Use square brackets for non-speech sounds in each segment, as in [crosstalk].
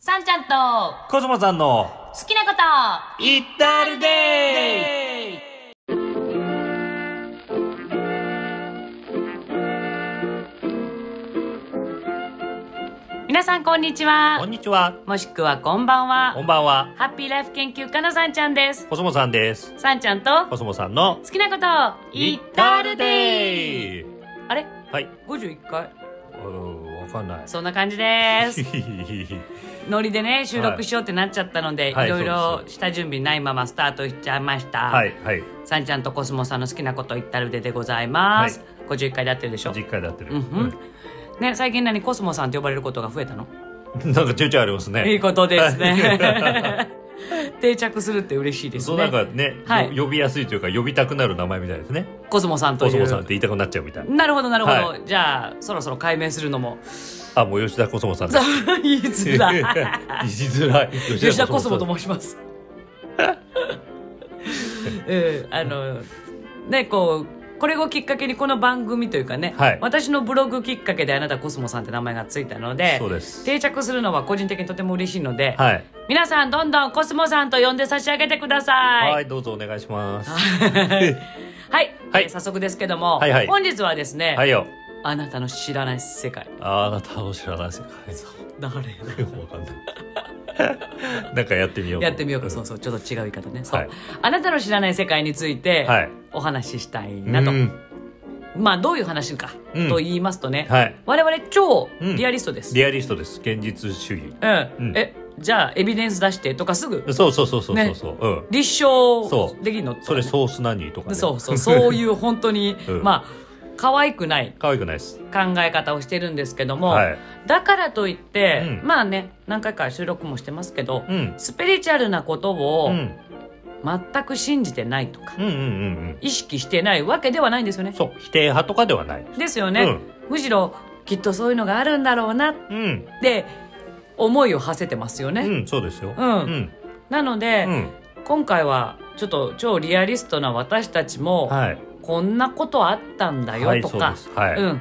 さんちゃんとコスモさんの好きなことイッタールデイ皆さんこんにちはこんにちはもしくはこんばんこはんばんはハッピーライフ研究家のさんちゃんですコスモさんですさんちゃんとコスモさんの好きなことイッタールデイイあれはい51回うーんわかんないそんな感じです [laughs] ノリでね収録しようってなっちゃったので、はいいろいそうろです下準備ないままスタートしちゃいました、 [laughs] はいはいさんちゃんとコスモさんの好きなこと言ったるででございます、は51回で合ってるでしょ実家でやってる、うんうんね最近何コスモさんって呼ばれることが増えたのうんなんかちょいちょいありますねいいことですはね定着するって嬉しいでいすそうねなんかね、はいよ呼びやすいというか呼びたくなる名前みたいですねコスモさんとコいスうモさんって言いたくなっちゃうみたいなるほどなるほど、はじゃあそろそろ解明するのもあもう吉田コスモさんです言いづ [laughs] らい言いづらい吉田コスモとも申します。うん、あのねこうこれをきっかけにこの番組というかね、はい私のブログきっかけであなたコスモさんって名前がついたのでそうです定着するのは個人的にとても嬉しいので、はい皆さんどんどんコスモさんと呼んで差し上げてください。はい、どうぞお願いします。はい、はいえー早速ですけども、はいはい本日はですね、はいよ。あなたの知らない世界あなたの知らない世界。誰 [laughs] だよくわかんない。 [laughs] なんかやってみよう。やってみようか、そうそうちょっと違う言い方ね、そうはいあなたの知らない世界について、はいお話ししたいうん。なと、うんまあどういう話か、うんと言いますとね、はい。我々超うんリアリストです、リアリストです。現実主義。うんうんえじゃあエビデンス出してとかすぐそうそうそうそうそねうそう。うん。立証そうできるのとかねそれソース何とかね。そうそうそういう本当に、うんまあ可愛くない [laughs] 可愛くないです。考え方をしてるんですけども、はいだからといって、うんまあね何回か収録もしてますけど、うん。スピリチュアルなことうをん。全く信じてないとか、うんうんうんうん。意識してないわけではないんですよね。そう。否定派とかではない。ですよね、むしろきっとそういうのがあるんだろうなっうん。て思いを馳せてますよね。うん。そうですよ。うんうん。なので、うん。今回はちょっと超リアリストな私たちも、はい。こんなことあったんだはよいとそうか、です。はい。うん、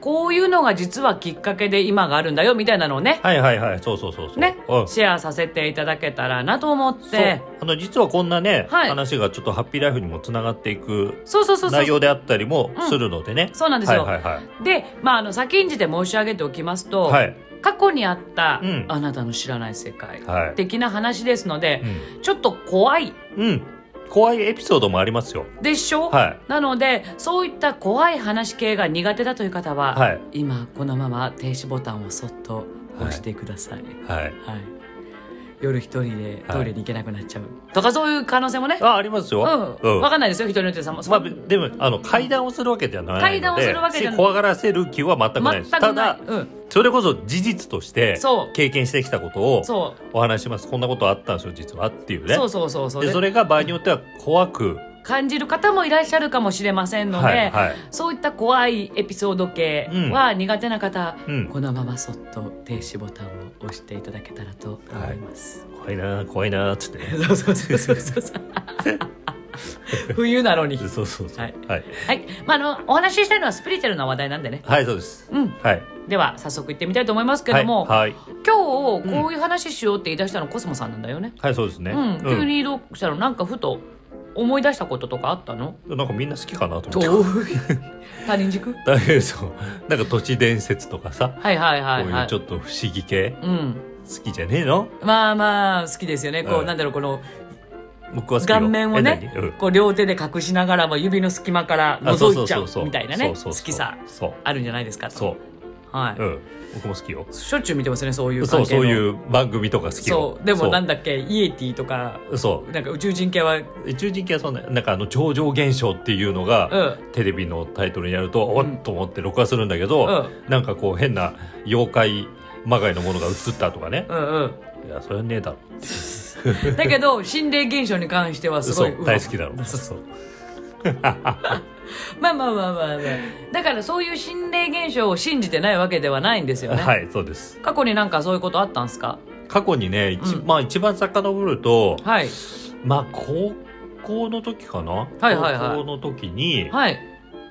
こういうのが実はきっかけで今があるんだよみたいなのをね、はいはいはい。そうそうそうそう。ね、うん。シェアさせていただけたらなと思っそうてあの実はこんなね、はい話がちょっとハッピーライフにもつながっていくそうそうそうそう内容であったりもうんするのでね、そうなんですよ、はいはいはいで、まあ、あの先んじて申し上げておきますと、はい過去にあった、うんあなたの知らない世界はい的な話ですので、ちょっと怖いうん、うん怖いエピソードもありますよでしょ、はなのでそういった怖い話系が苦手だという方は、はい今このまま停止ボタンをそっと押してください、はいいはい夜一人でトイレに行けなくなっちゃう、とかそういう可能性もね、あありますうよん分かんないですよ人によってさ、ままあ、でもあの会談をするわけではないので会談をするわけじゃない怖がらせる気は全くないです全たくないだ、うん、それこそ事実としてそう経験してきたことをそお話しますこんなことあったんですよ実はっていううねそうそうそうそうでそれが場合によっては怖く感じる方もいらっしゃるかもしれませんので、はいはいそういった怖いエピソード系は苦手な方、うんこのままそっと停止ボタンを押していただけたらと思います。怖いな怖いなっつってねそうそうそうそう [laughs] そうそう。冬なのに。そうそうそう。ははいい。はい、はい、まああのお話ししたいのはスピリチュアルな話題なんでね。そうです。うん、はい。では早速行ってみたいと思いますけども、はい。はい、今日こういう話しようって言い出したのコスモさんなんだよね。はいそうですね。うん、急にどうしたのなんかふと思い出したこととかあったの？うん。なんかみんな好きかなと思って。遠い [laughs] 他人軸？だけどそう [laughs] なんか都市伝説とかさ、はいはいはいこういはうい。ちょっと不思議系うん。好きじゃねえの？まあまあ好きですよねこう、うんなんだろうこの僕は好きよ。顔面をえね、何うんこう両手で隠しながらも指の隙間からあそう覗そいちゃそうそみたいなねそうそう好そうきさそう。あるんじゃないですかとそう。はい、うん。僕も好きよ。しょっちゅう見てますねそういうそう関係のそういう番組とか好きよそ。うでもなんだ。だっけイエティとかそなんか宇宙人系はう。宇宙人系はそんななんかあの超常現象っていうのが。うんテレビのタイトルにやるとおっと思って録画するんだけど、うなんかこう変な妖怪まがいのものが映ったとかねうんいやそれはねえだろうんだけ [laughs] ど心霊現象に関してはすごそいうわ大好きだろ [laughs] そうそうまあまあまあまあ、まあ、だからそういう心霊現象を信じてないわけではないんですよね、はいそうです過去になんかそういうことあったんですか過去にね一,、うんまあ、一番遡ると、はいまあ高校の時かな、はいはいはい高校の時に、はい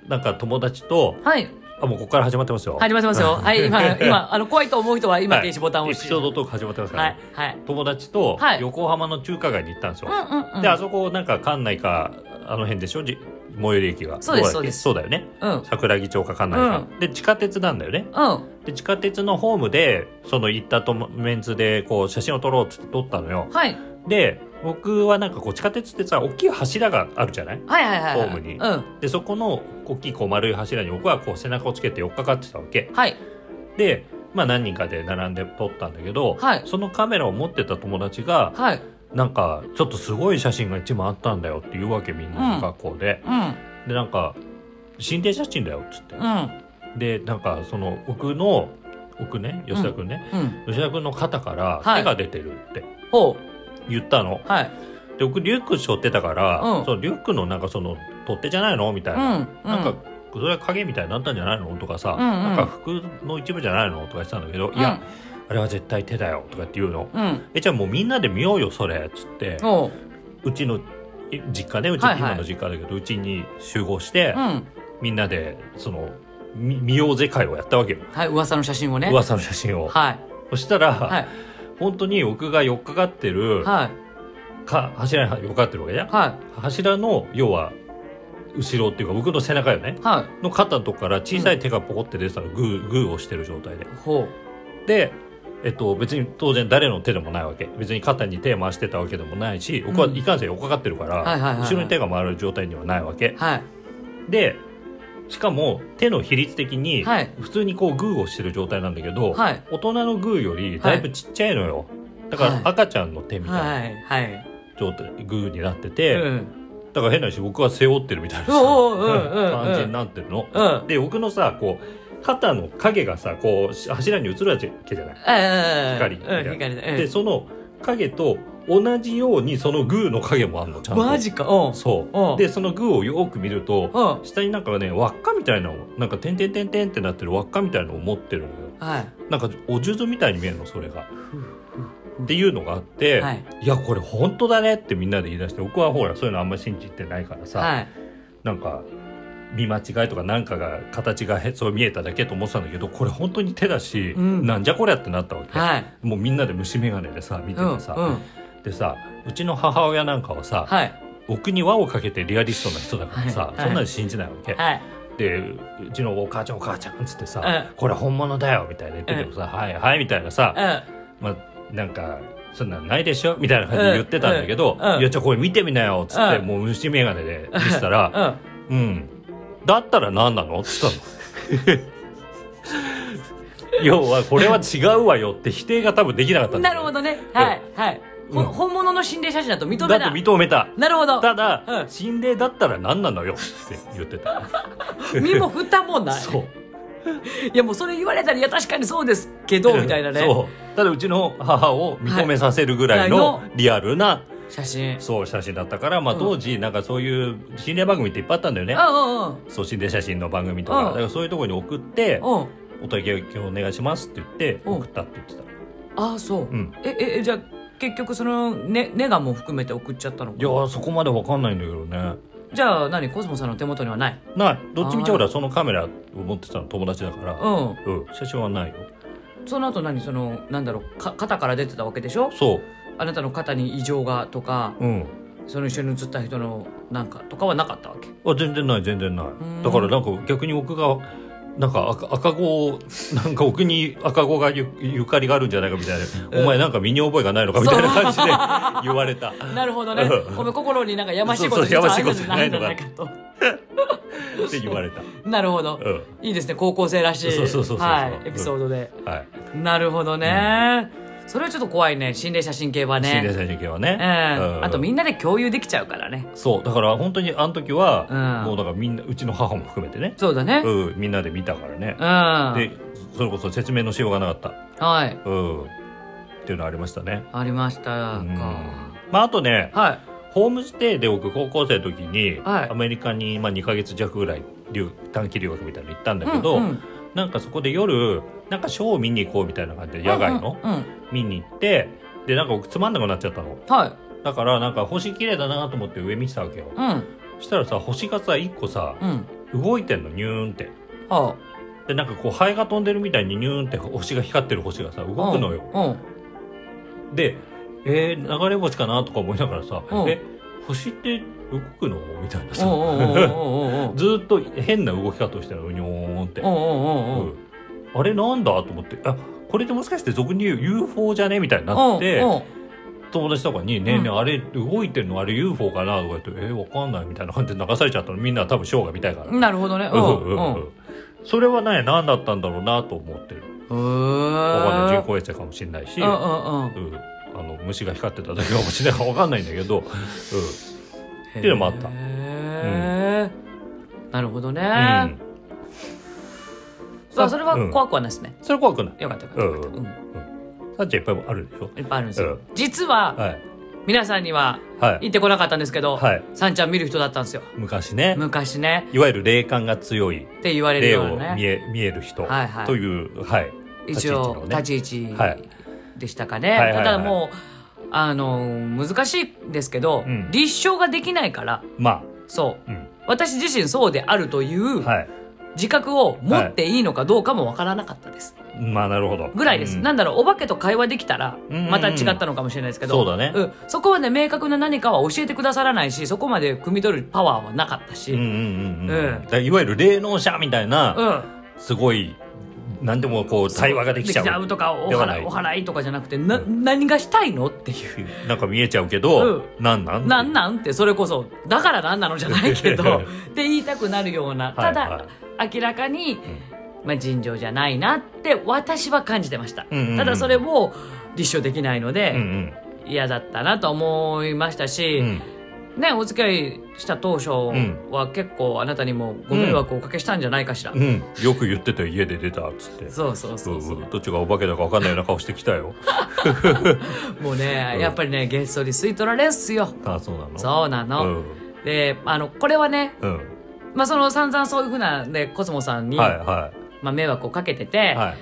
なんか友達とはいあもうここから始まってますよ始まってます [laughs] よ。はい、今、今、あの、怖いと思う人は今はい停止ボタンを押しエて。ピソードトーク始まってますから、はねい、はい。友達とはい横浜の中華街に行ったんですよ、うんうんうん。であそこなんか館内かあの辺でしょじ最寄り駅がそうですどそだっけうですそうだよねうん。桜木町か館内か、で地下鉄なんだよねうん。で地下鉄のホームでその行ったともメンツでこう写真を撮ろうっつって撮ったのよはい。で僕はなんかこう地下鉄ってさ大きい柱があるじゃないはいはいはいはい。ホームにうん。でそこの大きいこう丸い柱に僕はこう背中をつけて寄っかかってたわけはい。でまあ何人かで並んで撮ったんだけど、はいそのカメラを持ってた友達がはい。なんかちょっとすごい写真が一枚あったんだよって言うわけみんなの学校で、うん。でなんか心霊写真だよっつって、うん。でなんかその奥の奥ね吉田君ね、うん。吉田君の肩からはい手が出てるってほ言ったの、う。はい。で僕リュック背負ってたから、うんそのリュックのなんかその取っ手じゃないのみたいうんな、。うなんかそれは影みたいになったんじゃないのとかさ、うんうんなんか服の一部じゃないのとか言ってたんだけど、うんいやあれは絶対手だよとかって言うの、うん。えじゃあもうみんなで見ようよそれっつっておう。うちのえ実家ねうち、はいはい今の実家だけどうちに集合して、うん。みんなでそのみ見ようぜ会をやったわけよ、はい。噂の写真をね。噂の写真を、はい。そしたら、はい。本当に僕が寄っかかってる、はい。か柱に寄っかかってるわけじゃん、は柱の要は後ろっていうか僕の背中よねい。はの肩のとこから小さい手がポコって出てたのグーグーをしてる状態でい。ほう。で、えっと、別に当然誰の手でもないわけ別に肩に手回してたわけでもないし僕はうんいかんせん横かかってるから、はいはいはいはい後ろに手が回る状態にはないわけはい。でしかも手の比率的にはい普通にこうグーをしてる状態なんだけど、はい。大人のグーよりだいぶちっちゃいのよ、だかはいら赤ちゃんの手みたいなはい。はい。状態、グーになってうて、ん。だから変な話僕は背負ってるみたいなさおうおううんうんうん [laughs] 感じになってるの。うん。で僕のさこう肩の影がさこうし柱に映るわけじゃない。ええ。光みたいなうん。光だ。でえその影と同じようにそのグーの影もあるのちゃえ。んと。マジか。おう。そううんでそのグーをよく見るとおう。下になんかね輪っかみたいなのなんか点々点々ってなってる輪っかみたいのを持ってるのよはい。なんかお数珠みたいに見えるのそれが。っていうのがあって、はいい、やこれ本当だねってみんなで言い出して僕はほらそういうのあんまり信じてないからさ、はい。なんか見間違いとかなんかが形がへそう見えただけと思ってたんだけどこれ本当に手だし、うんなんじゃこりゃってなったわけ、はい。もうみんなで虫眼鏡でさ見てうん。うてさ、ん。でさうちの母親なんかはさ、はい。僕に輪をかけてリアリストな人だからさ、はいそんなの信じないわけ、はい。でうちのお母ちゃんお母ちゃんっつってさ、うこれ本物だよみたいな言っててもさ、はいはいみたいなさ、うまあなんかそんなんないでしょみたいな感じで言ってたんだけど、うんうんいやじゃあこれ見てみなよっつって、うんもう虫眼鏡で見せたら、ん。うん。うん。だったら何なのって言 [laughs] ったの。要はこれは違うわよって否定が多分できなかったんだなよるほどね。はい。はい。うほん本物の心霊写真だと認めだなってい。認めた。なるほど。ただ、うん心霊だったら何なのよって言ってた。身も蓋もない。そう。 [laughs] いやもうそれ言われたら、いや確かにそうですけ [laughs] ど、みたいなね。そう。ただうちの母を認めさせるぐらいのはいリアルな、写真。そう写真だったから、まあうん当時なんかそういう心霊番組っていっぱいあったんだよね。うんうんそう心霊写真の番組とか。うんだからそういうところに送って、うん。うん。お問い合わせお願いしますって言って、うん送ったって言ってた。ああ、そうう。ん。え、え、えじゃあ、結局その、ね、ネガも含めて送っちゃったのいやーそこまでわかんないんだけどねじゃあ、何コスモさんの手元にはない。ないどっちみちあーほらそのカメラを持ってたの友達だからうん。うん写真はないよその後何その、なんだろう、か肩から出てたわけでしょそあなたの肩に異常がとか、ううんその一緒に写った人のなんかとかはなかったわけ。あ全然ない全然なーいんだからなんか逆に僕がなんか赤赤子を [laughs] なんか奥に赤子がゆゆかりがあるんじゃないかみたいな、お前なんか身に覚えがないのかみたいな感じで [laughs] 言われたなるほどねう。んお前心になんかやましいことそうそうやましいこと実はなあるいんじのゃなかいかと。って言われた、うなるほど。ん、いいですね。高校生らしい。そうそうそうそうそうはい。エピソードで。はいなるほどね。それはちょっと怖いね。心霊写真系は心霊ね。写真系はねう、ん。あとみなんなで共有できちゃうからね。そうだから本当にあの時は、うんもうだからみんなうちの母も含めてね、そうだね。うん。うん、みんなで見たからね、はでそれこそ説明のしようがなかっい。た、うん、っていうのありましたね、ありましたうんか。まあ、あとねはい。ホームステイで僕高校生の時にはいアメリカにまあ2ヶ月弱ぐらい留短期留学みたいなの行ったんだうんけど、うんなんかそこで夜なんかショーを見に行こうみたいな感じで野外の、うんうんうん見に行ってでなんか僕つまんなくなっちゃったのはい。だからなんか星綺麗だなと思って上見てたわけようん。そしたらさ星がさ1個さうん。動いてんのニューンってはでなんかこうハエが飛んでるみたいにニューンって星が光ってる星がさ動くのよ、 [laughs] うんうんでえー、流れ星かなとか思いながらさ、うんえ星って動くのみたいなうさ、んうんうんうんうんうん [laughs] ずーっと変な動き方をしてるのうにょーんって、うんうんうんうんあれなんだと思ってあこれってもしかして俗に言う UFO じゃねみたいになって、うんうん友達とかに「ねえねえ、うあれ動いてるのあれ UFO かな?」とか言って「えー、わかんない」みたいな感じで流されちゃったのみんなは多分ショーが見たいから、なるほどね。ううんんうんうんうん。それはね何だったんだろうなと思ってるへわかんないー人工衛星かもしれないし、うんうんうん。うんあの虫が光ってただけかもしれないからわかんないんだけ [laughs] ど、っうていうのもあったへーなるほどね。んうん、まあそれはうん怖くはないですね。それ怖くないよかったよかったよかった。ううんさっちゃんいっぱいあるでしょいっぱいあるんですよ。う実ははい皆さんにははい言ってこなかったんですけどはい、さんちゃん見る人だったんですよ。昔ね昔ねいわゆる霊感が強いって言われる霊ようをな見ね。え,、見える人はいはいというはい一応立ち位置立ちのね位置はいでしたかね。はいはいはいただもうあの難しいですけど、うん立証ができないからまそう。あ、うん、私自身そうであるというはい自覚を持っていいのかどうかもわからなかったです。まあなるほどぐらいです、うんなんだろうお化けと会話できたらうんうんうんまた違ったのかもしれないですけど、そうだねんそこまで明確な何かは教えてくださらないしそこまで汲み取るパワーはなかったし、うんうんうんううんん、だからいわゆる霊能者みたいな、うんすごい何でもこう対話ができちゃうとかおではな払いいお払いとかじゃなくてな、何がしたいのっていう。なんか見えちゃうけど、うなんなんなんなんってそれこそだからなんなのじゃないけ [laughs] どって言いたくなるようなただ、はい明らかに、まあ、尋常じゃないなって私は感じてました、うんうんうんただそれを立証できないのうんうでん嫌だったなと思いましたし、うんね、お付き合いした当初は結構あなたにもご迷惑をおかけしたんじゃないかしら、うんよく言ってたよ家で出たっつってそうそうそうそううんうんどっちがお化けだか分かんないような顔してきた [laughs] よもうね、うんやっぱりねげっそり吸い取られんすよあそうなのそうなうの、んであのこれはね、うんまあ、その散々そういうふうなねコスモさんに、はいはまあ、迷惑をかけていて、は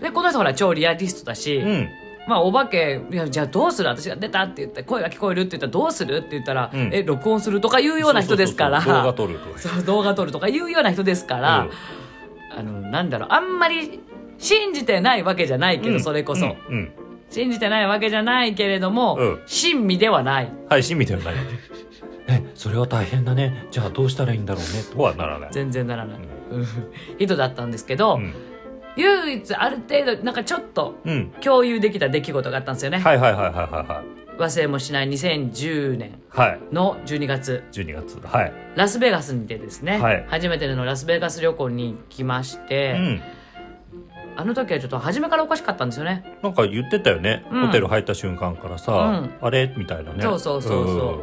でこの人ほら超リアリストだし、いうんまあ、お化けいやじゃあどうする私が出たって言って声が聞こえるって言ったらどうするって言ったら、うんえ録音するとかいうような人ですからそうそうそう動画撮ると [laughs] かそう動画撮るとかいうような人ですから、うんあのなんだろうあんまり信じてないわけじゃないけど、それこそ、うん信じてないわけじゃないけれども、うん親身ではないうん配信みたいなの [laughs] ないえそれは大変だねじゃあどうしたらいいんだろうねとはならない全然ならない、ううん [laughs] 人だったんですけど、うん唯一ある程度なんかちょっとうん共有できた出来事があったんですよね、はいはいはいはいは忘れもしない2010年いはいはいの12月12月はいラスベガスにてですね、はい初めてのラスベガス旅行に行きましてう、んあの時はちょっと初めからおかしかったんですよねなんか言ってたよね、うんホテル入った瞬間からさ、うんあれみたいなねそうそうそうそう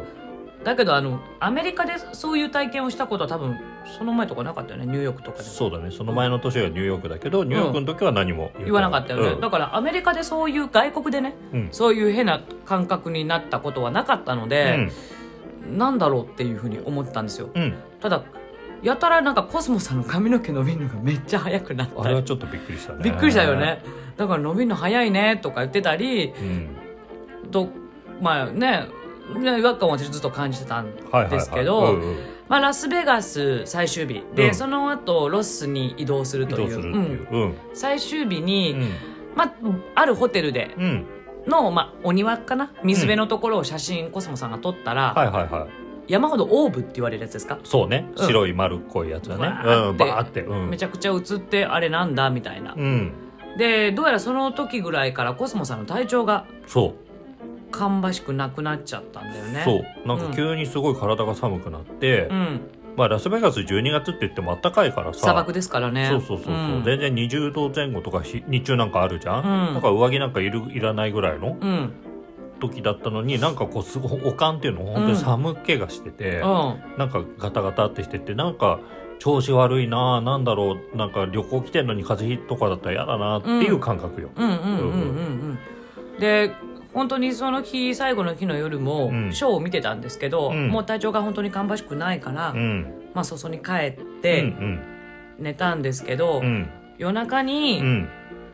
だけどあのアメリカでそういう体験をしたことは多分その前とかなかったよねニューヨークとかうんでもそうだねその前の年はニューヨークだけどニューヨークの時は何も言わなかったよね、うんだからアメリカでそういう外国でねうんそういう変な感覚になったことはなかったので、なんだろうっていうふうに思ったんですようんうんただやたらなんかコスモさんの髪の毛伸びるのがめっちゃ早くなっあたれはりちょっとびっくりしたねびっくりしたよねだから伸びるの早いねとか言ってたりうんとまあねね違和感を私ずっと感じてたんはいはいはいですけうんどうんまあラスベガス最終日で、うんその後ロスに移動するとどいううするってうんいううん最終日に、うんまあ、あるホテルでうんの、まあ、お庭かな水辺のところを写真コスモさんが撮ったら、はいはいはい山ほどオーブって言われるやつですか、そうねうん白い丸っこいやつだねわーうっんてバーってうんめちゃくちゃ映ってあれなんだみたいな、うんでどうやらその時ぐらいからコスモさんの体調がそう芳しくなくなっちゃったんだよねそうなんか急にすごい体が寒くなってうんまあラスベガス12月って言っても暖かいからさ砂漠ですからねそうそうそうそう、ん全然20度前後とか日日中なんかあるじゃん、うんだから上着なんかいるいらないぐらいのうん時だったのになんかこうすごいおかんっていうの本当に寒気がしてて、うんなんかガタガタってしててなんか調子悪いなあなんだろうなんか旅行来てんのに風邪ひとかだったら嫌だなっていう感覚よ、うんうんうんうんうんで本当にその日最後の日の夜もうんショーを見てたんですけど、うんもう体調が本当に芳しくないから、うんうんまあそそに帰っうてん寝たんですけど、うん夜中うにん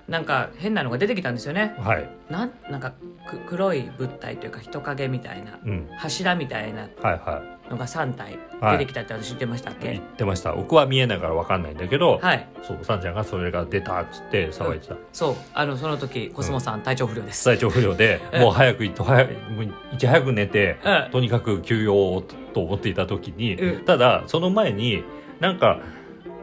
なんか変なのが出てきたんですよねはい、なんなんかく黒い物体というか人影みたいなうん、柱みたいなはいはのが3体はい出てきたって私言ってましたっい言けってました僕は見えないからわかんないんだけど、はいそうさんちゃんがそれが出たっつって騒いでた、そうあのその時コスモさん体調不良です、体調不良でえもう早くいっと早くもういち早く寝てええとにかく休養をとと思っていた時にうんただその前になんか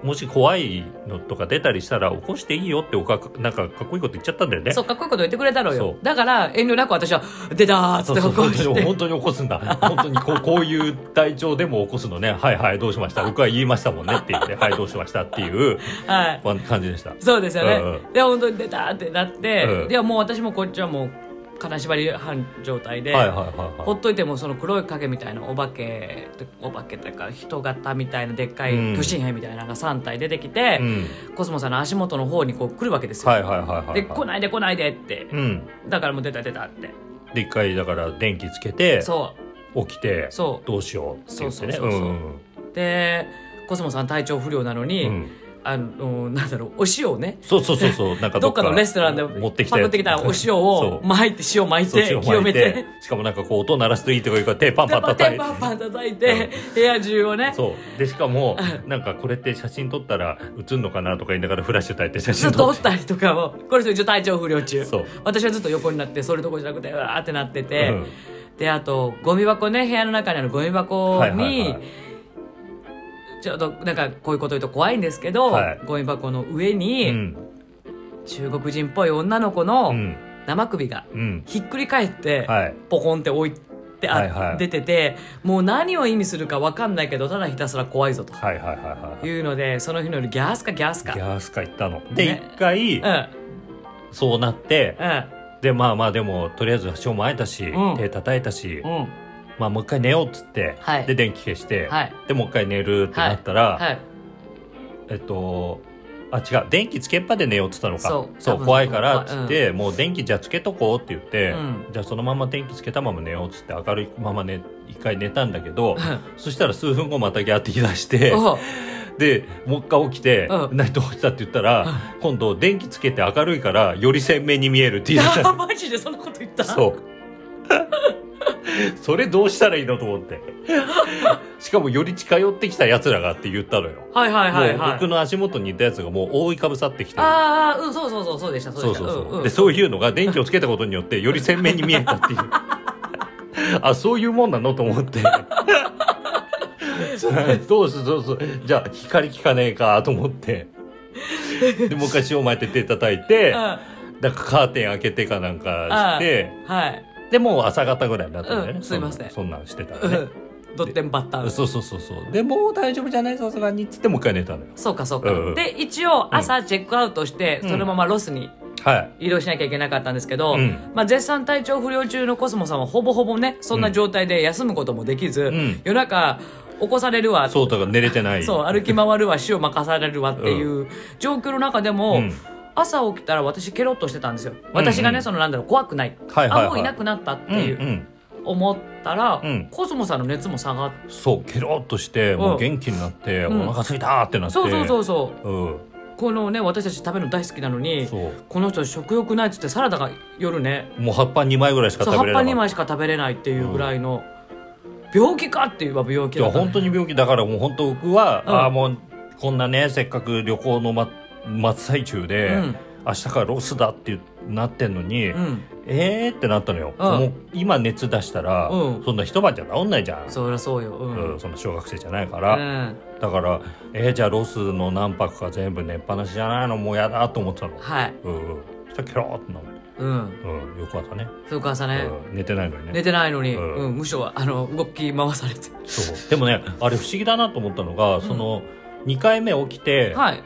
もし怖いのとか出たりしたら起こしていいよっておかなんかかっこいいこと言っちゃったんだよ [laughs] ね。そうかっこいいこと言ってくれたのよそうだから遠慮なく私は「出た!」っつそっうてそう怒本っ当 [laughs] てに本当に起こすんだ本当にこう [laughs] こういう体調でも起こすのねはいはいどうしました僕は言いましたもんねって言ってはいどうしましたっていうはいわ感じでしたそうですよね、うんうんで本当に出たってなって、うんいやもう私もこっちはもう金縛り半状態で、はいはいはいほはっといてもその黒い影みたいなお化けお化けというか人型みたいなでっかうんい巨神兵みたいなのが3体出てきてい、うん、コスモさんの足元の方にこう来るわけですよ、はいはいはいはいはいで来ないで来ないでって、うんだからもう出た出たってで一回だから電気つけてそ起きてそどうしようって言ってねそうそうそうそううんうでコスモさん体調不良なのに、うんうんあのなんだろうお塩をねそうそうそうそうなんかどっかのレストランで持ってきたパやクつってきたお塩を [laughs] そう巻いて塩巻いそうて清塩巻めいててしかもなんかこう音を鳴らすといいとかいうから手パンパンパ叩ンいてパンパン叩いて部屋中をねそうでしかもなんかこれって写真撮ったら写んのかなとか言いながらフラッシュ焚いて写ずっ真と撮おっってたりとかをこれ人一応体調不良中そう私はずっと横になってそれどころじゃなくてうわーってなってて、うんであとゴミ箱ね部屋の中にあるゴミ箱に、はいはいはいちょっとなんかこういうこと言うと怖いんですけど、はいゴミ箱の上に、うん中国人っぽい女の子うのん生首がうんひっくり返って、はいポコンって置いてあ、はいはい出ててもう何を意味するか分かんないけどただひたすら怖いぞとはいはいはいはいいうのでその日の夜ギャースかギャースかギャースカ行ったのでね一回うんそうなってでまあまあでもとりあえず塩もあえたしうん手叩いたしうんうんまあもう一回寝ようっつってはいで電気消してはいでもう一回寝るってなったらはいえっとあ違う電気つけっぱで寝ようっつったのかそう多分怖いからっつって、もう電気じゃあつけとこうって言って、うんじゃあそのまま電気つけたまま寝ようっつって明るいままね一回寝たんだけどそしたら数分後またギャーって言い出しておうでもう一回起きて「うん何どうした?」って言ったら、 [laughs] 今度電気つけて明るいからより鮮明に見えるって言い出し [laughs] たマジでそんなこと言ったそうそれどうしたらいいのと思ってしかもより近寄ってきたやつらがって言ったのよはいはいはいもうはい僕の足元にいたやつがもう覆いかぶさってきてああうんそうそうそうそうでしたそうでしそたうそう、んんでそういうのが電気をつけたことによってより鮮明に見えた [laughs] っていうあそういうもんなのと思ってどうすどうすじゃあ光効かねえかと思ってでもう一回塩巻いて手叩いうてんなんかカーテン開けてかなんかしてはいでもう朝方ぐらいになったんだよね、うんすいませんそんなそんなんしてたうらね、んドッテンバッターそうそうそうそうでもう大丈夫じゃないさすがにっつってもう一回寝たのよそうかそうか、うんで一応朝チェックアウトして、うんそのままロスにはい移動しなきゃいけなかったんですけど、うんまあ、絶賛体調不良中のコスモさんはほぼほぼねそんな状態で休むこともできず、ん夜中起こされるわそうだから寝れてないそう歩き回るわ死を任されるわっていう状況の中でも、うん朝起きたら私ケロッとしてたんですよ私がね、そのなんだろう怖くない,、はいはいはいあもういなくなったってうんういう、ん思ったら、うんコスモさんの熱も下がってそうケロッとしてもう元気になって、んお腹すいたってなってそうそうそううそううんこのね私たち食べるの大好きなのにそうこの人食欲ないっつってサラダが夜ねもう葉っぱ2枚ぐらいしかそう食葉べっれぱな2かっ枚しか食べれないっていうぐらいの、病気かって言えば病た気いだやったね本当に病気だからもう本当僕は、うんああもうこんなねせっかく旅行の、ま、真っ最中で、うん明日からロスだってなってんのに、うんえーってなったのよ、うんもう今熱出したら、うんそんな一晩じゃ治んないじゃんそりゃそうようん、うん、そんな小学生じゃないかうら、んだからえー、じゃあロスの何泊か全部寝っぱなしじゃないのもうやだと思ってたのはいうんうんそしたらケローってなって、うんうん、翌朝ね、そうか朝ね、うん、寝てないのにね寝てないのに、ううんんむしろあの動き回されてそうでも [laughs] ねあれ不思議だなと思ったのが、その2回目起きて、はい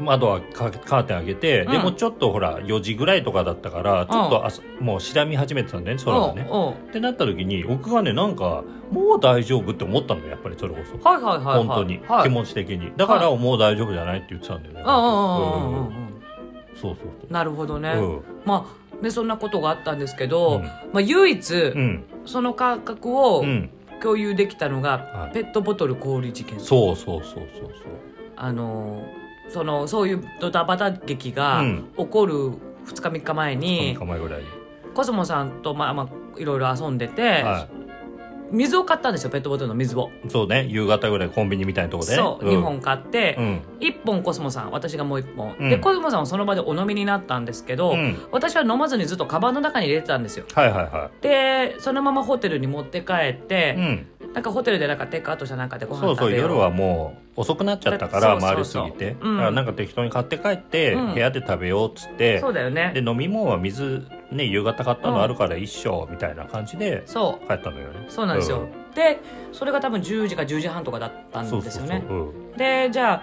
窓はかカーテン開けて、うんでもちょっとほら4時ぐらいとかだったからちょっと朝、もうしらみ始めてたんだよね空がね。おうおうってなった時に僕がねなんかもう大丈夫って思ったのよやっぱりそれこそ、はいはいはいはい本当に、はい、気持ち的にだから、もう大丈夫じゃないって言ってたんだよね。うんうんうんうんうんうんうんそうそうそう。なるほどね、うんまあねそんなことがあったんですけど、うんまあ、唯一、うんその感覚をうん共有できたのが、はいペットボトル氷事件そうそうそうそうそうあのーそのそういうドタバタ劇がうん起こる2日3日前に、 3日前ぐらいに、コスモさんとまあまあいろいろ遊んでて、は水を買ったんですよペットボトルの水を、い、そうね夕方ぐらいコンビニみたいなとこでねそう、ん2本買って、うん一1本コスモさん私がもう1本、うんでコスモさんはその場でお飲みになったんですけど、うん私は飲まずにずっとカバンの中に入れてたんですよはいはいはでそのままホテルに持って帰っい、てう、ん、なんかホテルでなんかテイクアウトしたなんかでごそ飯うそ食うべよう夜はもう遅くなっちゃったからそう回そうりそうすぎてうんだからなんか適当に買って帰って、うん部屋で食べようっつってそうだよでね飲み物は水ね夕方買ったうんのあるから一緒みたいな感じでそう帰ったのよねそうなんですよ、でそれが多分10時か10時半とかだったんそうですそうよそうねうんでじゃあ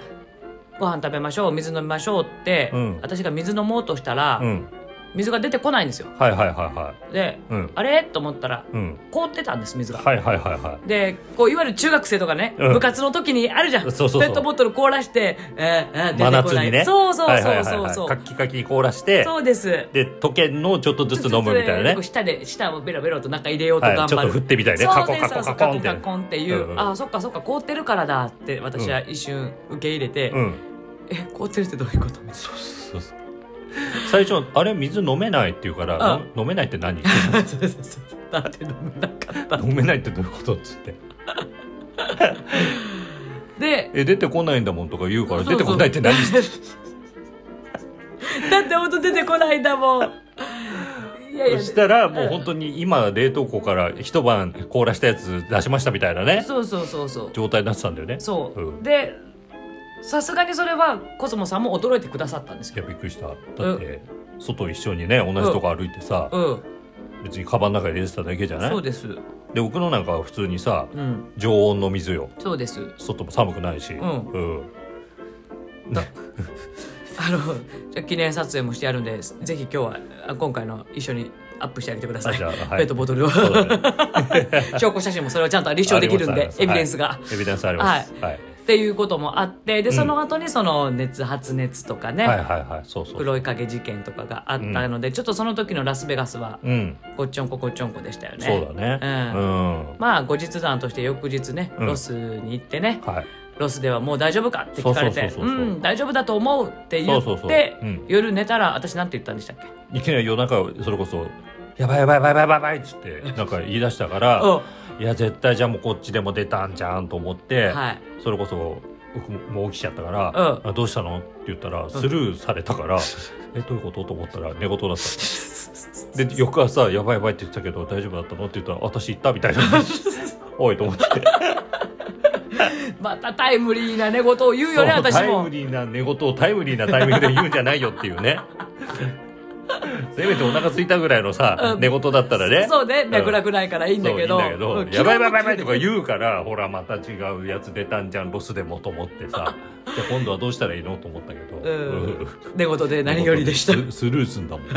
ご飯食べましょう水飲みましょうって、うん私が水飲もうとしたら、うん水が出てこないんですよはいはいはいはでいうんあれと思ったらうん凍ってたんです水が、はいはいはいはでこういわゆる中学生とかね、うん部活の時にあるじゃんそうそうそうペットボトル凍らして、えーえー出いてこ真ない夏にねそうそうはいはそいうはいそはういそう、カッキカキに凍らしてそうですで溶けんのをちょっとずつ飲むみたいなね舌で舌をベロベロと中入れようとは頑張いちる、ょっと振ってみたいねカそうコですカそうコそうカカコンコってカコンっていう、うんうんああそっかそっか凍ってるからだって私は一瞬受け入れて、うんえ凍ってるってどういうことみたいそうそうそう最初あれ水飲めないって言うからう飲飲めないっ [laughs] て何なそうそうそうだって飲めなかった飲めないってどういうことっつってでえ出てこないんだもんとか言うからそうそう出てこない [laughs] って何してだってほんと出てこないんだもんいやいやそしたらもう本当に今冷凍庫から一晩凍らしたやつ出しましたみたいなねそうそうそうそう状態になってたんだよねそう、うんでさすがにそれはコスモさんも驚いてくださったんですいよやびっくりしただって外一緒にね同じとこ歩いてさうん別にカバンの中に入れてただけじゃなそういですで僕のなんかは普通にさうん常温の水よそうです外も寒くないしうんんなあのじゃあ記念撮影もしてやるんでぜひ今日はあ今回の一緒にアップしてあげてくださあいじゃあはいペットボトルをそう [laughs] だね証拠写真もそれをちゃんと立証できるんありでますあエビりますデンスが、エビデンスあります。はい。っていうこともあってでんその後にその熱発熱とかね、はいはいはい。そうそう。黒い影事件とかがあったので、ちょっとその時のラスベガスはうん。ごっちょんこごっちょんこでしたよねそうだね。ううんん。まあ後日談として翌日ねうんロスに行ってね、はい。ロスではもう大丈夫かって聞かれてそうそうそうそうそううん大丈夫だと思うって言ってそうそうそううん夜寝たら私なんて言ったんでしたっけいきなり夜中それこそやばいやばいやばいやばいやばいっ [laughs] つってなんか言い出したから、いや絶対じゃあもうこっちでも出たんじゃんと思って、うんはいそれこそ僕ももう起きちゃったから、うんあどうしたのって言ったらスルーされた [laughs] から、えどういうことと思ったら寝言だった。で翌朝「やばいやばい」って言ってたけど「大丈夫だったの?」って言ったら「私行った」みたい [laughs] な「おい」と思ってまたタイムリーな寝言を言うよねそう私タイもムリーな寝言をタイムリーなタイミングで言うんじゃないよってい [laughs] うねせめてお腹空いたぐらいのさ、うん寝言だったらねそうねん脈絡ないからいいんだけどそういいんだけどうんやばいやばいやばいやば昨いとか日も言うからほらまた違うやつ出たんじゃんロスでもと思って [laughs] さじゃあ今度はどうしたらいいのと思ったけど、うん寝言で何よりでした [laughs] ススルーす [laughs] んだもん起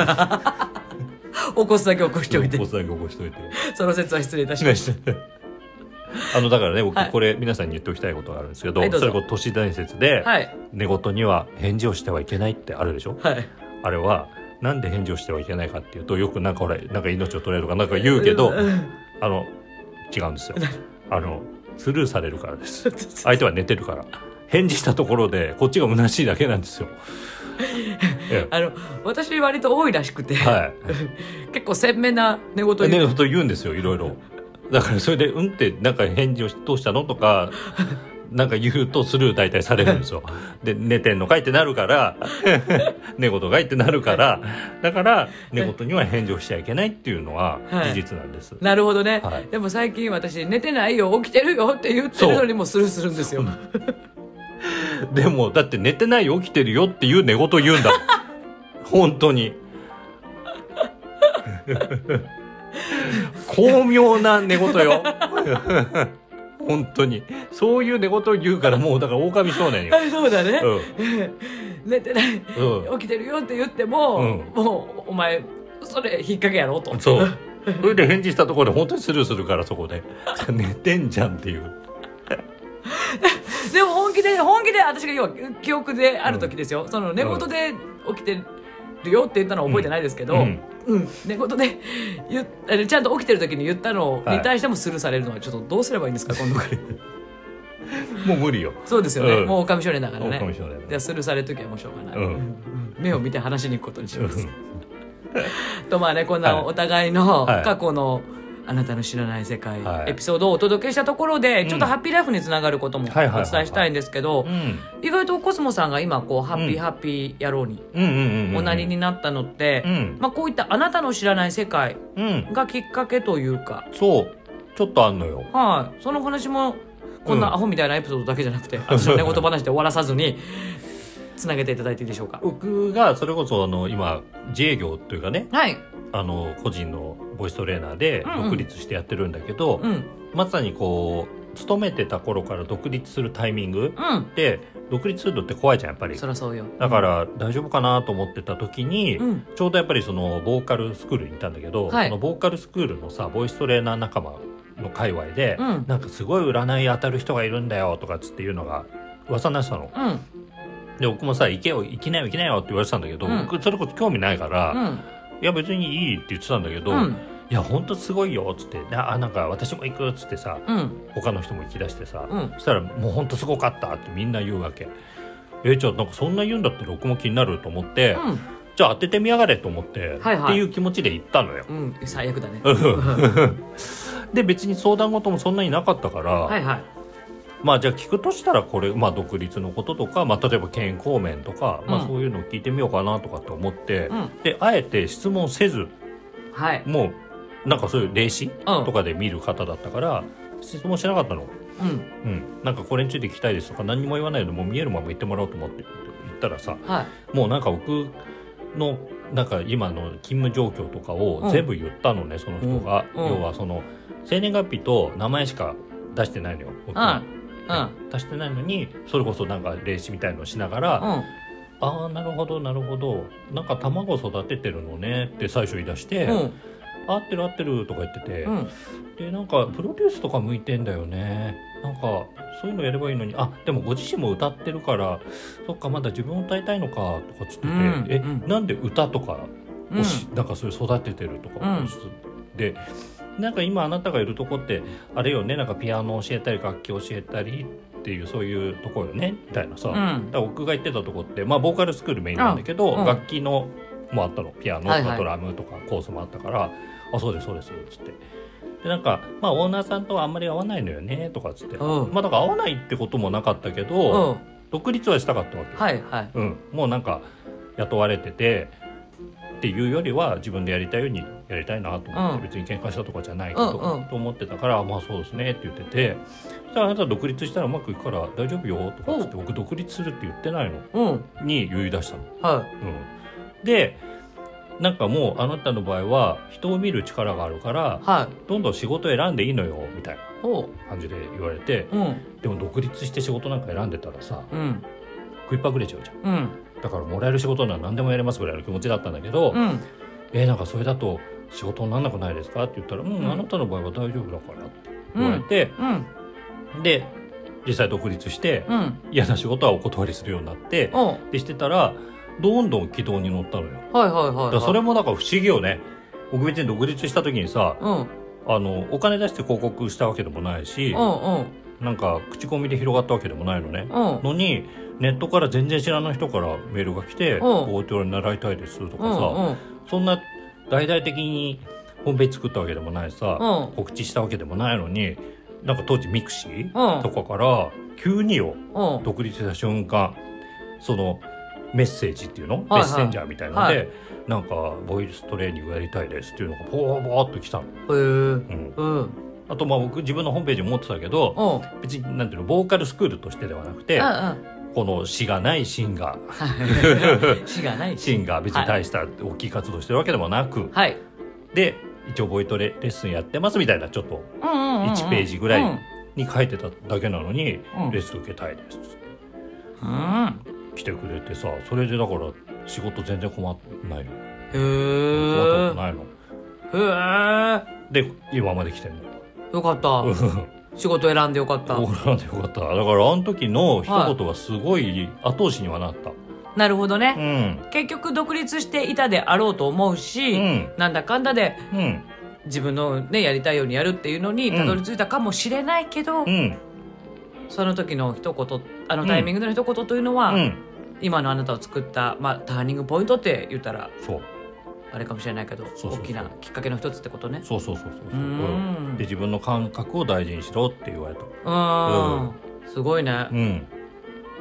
起こすだけ起こしておいてこすだけ起こしといてその説は失礼いたししまましした。 [laughs] あのだからね僕はいこれ皆さんに言っておきたいことがあるんですけど、はいどうそぞれこそ都市伝説で、たはい寝言には返事をしてはいけないってあるでしょはいあれはなんで返事をしてはいけないかっていうとよくなんかほらなんか命を取れるとかなんか言うけどうんあの違うんですよあのスルーされるから [laughs] です相手は寝てるから返事したところでこっちが虚しいだけなんですよ、えあの私割と多いらしくてえはい結構鮮明な寝言寝言うること言うんですよいろいろだからそれで「うん」ってなんか返事をしどうしたの [laughs] とかなんか言うとスルー大体されるんですよで寝てんのかいってなるから [laughs] 寝言がいってなるからだから寝言には返事をしちゃいけないっていうのははい事実なんです、なるほどね、はいでも最近私寝てないよ起きてるよって言ってるのにもスルーするんですよでもだって寝てないよ起きてるよっていう寝言言うんだもん [laughs] 本当に巧妙な寝言よ [laughs] 本当にそういう寝言を言うからもうだから狼少年よ、 [laughs] そうだね、うん、寝てない、う起きてるよって言っても、うんもうお前それ引っ掛けやろとそうそれで返事したところで本当にスルーするからそこで [laughs] 寝てんじゃんっていうでも本気で本気で私が要は記憶である時ですよ、その寝言で起きてるよって言ったのは覚えてないですけど、ううんん寝言で言っあのちゃんと起きてる時に言ったのに対してもスルーされるのはちょっとどうすればいいんですか今度からもう無理よそうですよね、うんもう狼少年だからね狼少年だじゃあスルーされる時はもうしょうがない、うんうん目を見て話しに行くことにしますうとまあねこんはないお互いのはい過去のあなたの知らない世界、はいエピソードをお届けしたところで、んちょっとハッピーライフにつながることもおはいはいはい伝はいえしたいんですけど、うん意外とコスモさんが今こうハッピーうんハッピー野郎にうんうんうんうんおなりになったのって、うんまあ、こういったあなたの知らない世界うんがきっかけというか、そうちょっとあんのよはい、その話もこんうなんアホみたいなエピソードだけじゃ [laughs] なくて、私の寝言話で終わらさずにつなげていただいていいでしょうか。僕がそれこそあの今自営業というかねはい、あの個人のボイストレーナーでうんうん独立してやってるんだけど、うん、うん、まさにこう勤めてた頃から独立するタイミングって独立するのって怖いじゃんやっぱりそりゃそうよ。だから大丈夫かなと思ってた時に、うん、ちょうどやっぱりそのボーカルスクールにいたんだけど、はいそのボーカルスクールのさボイストレーナー仲間の界隈で、うんなんかすごい占い当たる人がいるんだよとかっつっていうのが噂になってたの。うん、うん、で僕もさ行けよ行きなよ行きなよって言われてたんだけど、うん僕それこそ興味ないから、ういん、や別にいいって言ってたんだけど、いやほんとすごいよっつってなあなんか私も行くっつってさうん、他の人も行き出してさ、うん、そしたらもうほんとすごかったってみんな言うわけ。えじゃあなんかそんな言うんだったら僕も気になると思って、じゃあ当ててみやがれと思って、はいはいっていう気持ちで行ったのよ。うん、うん、最悪だね。で別に相談事もそんなになかったから、 [laughs] はいはい。まあじゃあ聞くとしたらこれ、まあ、独立のこととか、まあ、例えば健康面とか、まうあ、んそういうのを聞いてみようかなとかって思って、うん、であえて質問せずはい。もうなんかそういう霊視とかで見る方だったから、質問しなかったの、うん、うん、なんかこれについて聞きたいですとか何にも言わないのもう見えるまま言ってもらおうと思って言ったらさはい。もうなんか僕のなんか今の勤務状況とかを全部言ったのね、その人が、うんうん要はその生年月日と名前しか出してないのよ、僕うん、出してないのにそれこそなんか霊視みたいのをしながら「うん、うん。ああなるほどなるほどなんか卵育ててるのね」って最初言い出してうん合ってる合ってる」とか言ってて、うんでなんかプロデュースとか向いてんだよねなんかそういうのやればいいのにあでもご自身も歌ってるからそっかまだ自分を歌いたいのかとかつってて「うんえ、うんなんで歌とかうんをし、なんかそれ育ててるとか、うんでなんか今あなたがいるとこってあれよねなんかピアノ教えたり楽器教えたりっていうそういうとこよねみたいなさ、うだかんら僕が行ってたとこってまあボーカルスクールメインなんだけど、うんうん楽器のもあったのピアノはいとはいかドラムとかコースもあったから「あそうですそうです」っつって。でなんかまあオーナーさんとはあんまり合わないのよねとかっつって、うんまあだから合わないってこともなかったけうど、ん独立はしたかったわけ、はいはいうん、もうなんか雇われててっていうよりは自分でやりたいようにやりたいなと思って、うん別に喧嘩したとかじゃないけど、うんうんと思ってたからまあそうですねって言っててそしたらあなた独立したらうまくいくから大丈夫よとかっつって僕独立するって言ってないのうんに言い出したの。はいうん、でなんかもうあなたの場合は人を見る力があるからはいどんどん仕事選んでいいのよみたいなおう感じで言われてうんでも独立して仕事なんか選んでたらさうん食いっぱぐれちゃうじゃん。うんだからもらえる仕事なら何でもやりますぐらいの気持ちだったんだけど「うんえーなんかそれだと仕事にならなくないですか?」って言ったら「うん、うんあなたの場合は大丈夫だから」って言われて、うんで実際独立してうん嫌な仕事はお断りするようになって、おうでしてたらどんどん軌道に乗ったのよ。はいはいはだいかはいらそれもだから不思議よね。僕別に独立した時にさうんうんあのお金出して広告したわけでもないし、うんなんか口コミで広がったわけでもないのね。うんのにネットから全然知らない人からメールが来て「んこういうに習いたいです」とかさ、うんそんな大々的にホームページ作ったわけでもないしさ、うん告知したわけでもないのになんか当時ミクシーうんとかから急にようん独立した瞬間そのメッセージっていうの、はいはいメッセンジャーみたいので、はいなんかボイストレーニングやりたいですっていうのがボーボーっと来たの、へーうん、うんあとまあ僕自分のホームページ持ってたけどおう別になんていうのボーカルスクールとしてではなくてうんうんこの詩がないシンガー死がない [laughs] シンガー別に大した大きい活動してるわけでもなく、はいで一応ボイトレレッスンやってますみたいなちょっとうんうんうんうん1ページぐらいうんに書いてただけなのに、うんレッスン受けたいですっつってうん来てくれてさそれでだから仕事全然困ってないよへ困ったこーとないのへーで今まで来てんのよか [laughs] った仕事選んでよかったオーラでよかっただからあの時の一言はすごい後押しにはなった、なるほどねうん結局独立していたであろうと思うし、うんなんだかんだでうん自分の、ね、やりたいようにやるっていうのにうんたどり着いたかもしれないけど、うんその時の一言あのタイミングでの一言というのは、うん今のあなたを作った、まあ、ターニングポイントって言ったらそうあれかもしれないけどそうそうそう大きなきっかけの一つってことねそうそうそうそうそううーんで自分の感覚を大事にしろって言われたうーんすごいね、うん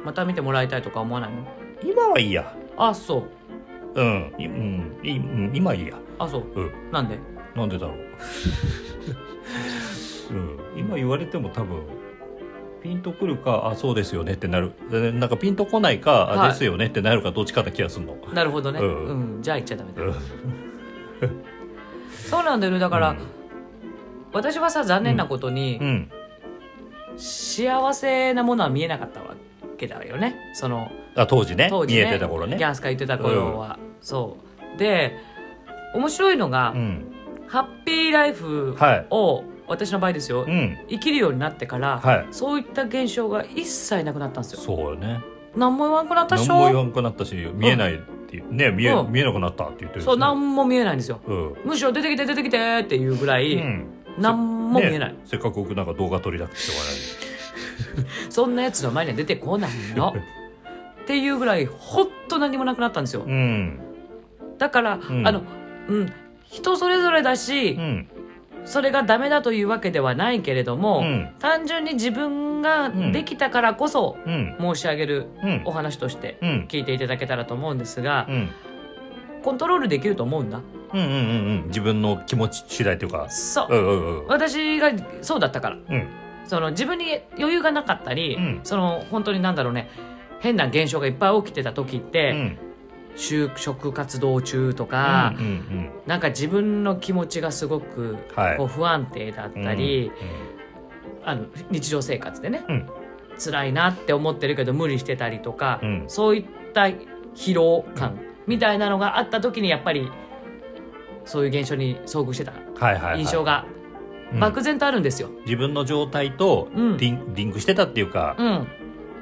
また見てもらいたいとか思わないの今はいいやあそううん、いうん、いうん今いいやあそううんなんでなんでだろう、 [laughs] うん、今言われても多分ピンとくるかあそうですよねってなるえなんかピンとこないか、はいあですよねってなるかどっちかな気がするのなるほどね、ううんんじゃあ言っちゃダメだ、うんそうなんだよねだから、私はさ残念なことに、うん幸せなものは見えなかったわけだよねそのあ当時ね当時、見ね、えてた頃ねギャンスカ言ってた頃は、そうで面白いのが、うんハッピーライフはいを私の場合ですよ、うん生きるようになってから、はいそういった現象が一切なくなったんですよそうよね何も言わんくなったで何しも言ょわんくなったし見えないっていうね見え,、うん見えなくなったって言ってるしねそう何も見えないんですようんむしろ出てきて出てきてっていうぐらい、うん何も見えない、ねせっかく僕なんか動画撮りたくてしょうがないそんなやつの前には出てこない [laughs] のっていうぐらいほんと何もなくなったんですようんだから、んあのうん人それぞれだし、うんそれがダメだというわけではないけれども、うん単純に自分ができたからこそうん申し上げるうんお話としてうん聞いていただけたらと思うんですがう、んコントロールできると思うんだうんうんうんうん自分の気持ち次第というかそうう、んうんうん私がそうだったからうんその自分に余裕がなかったり、うんその本当になんだろうね変な現象がいっぱい起きてた時っうて、ん就職活動中とか、うんうんなんか自分の気持ちがすごくはいこう不安定だっうんたり、うんあの日常生活でね、うん辛いなって思ってるけど無理してたりとか、うんそういった疲労感みたいなのがあった時にやっぱりそういう現象に遭遇してたはいはいはい印象がうん漠然とあるんですよ。自分の状態とうんリンリンクしてたっていうかうん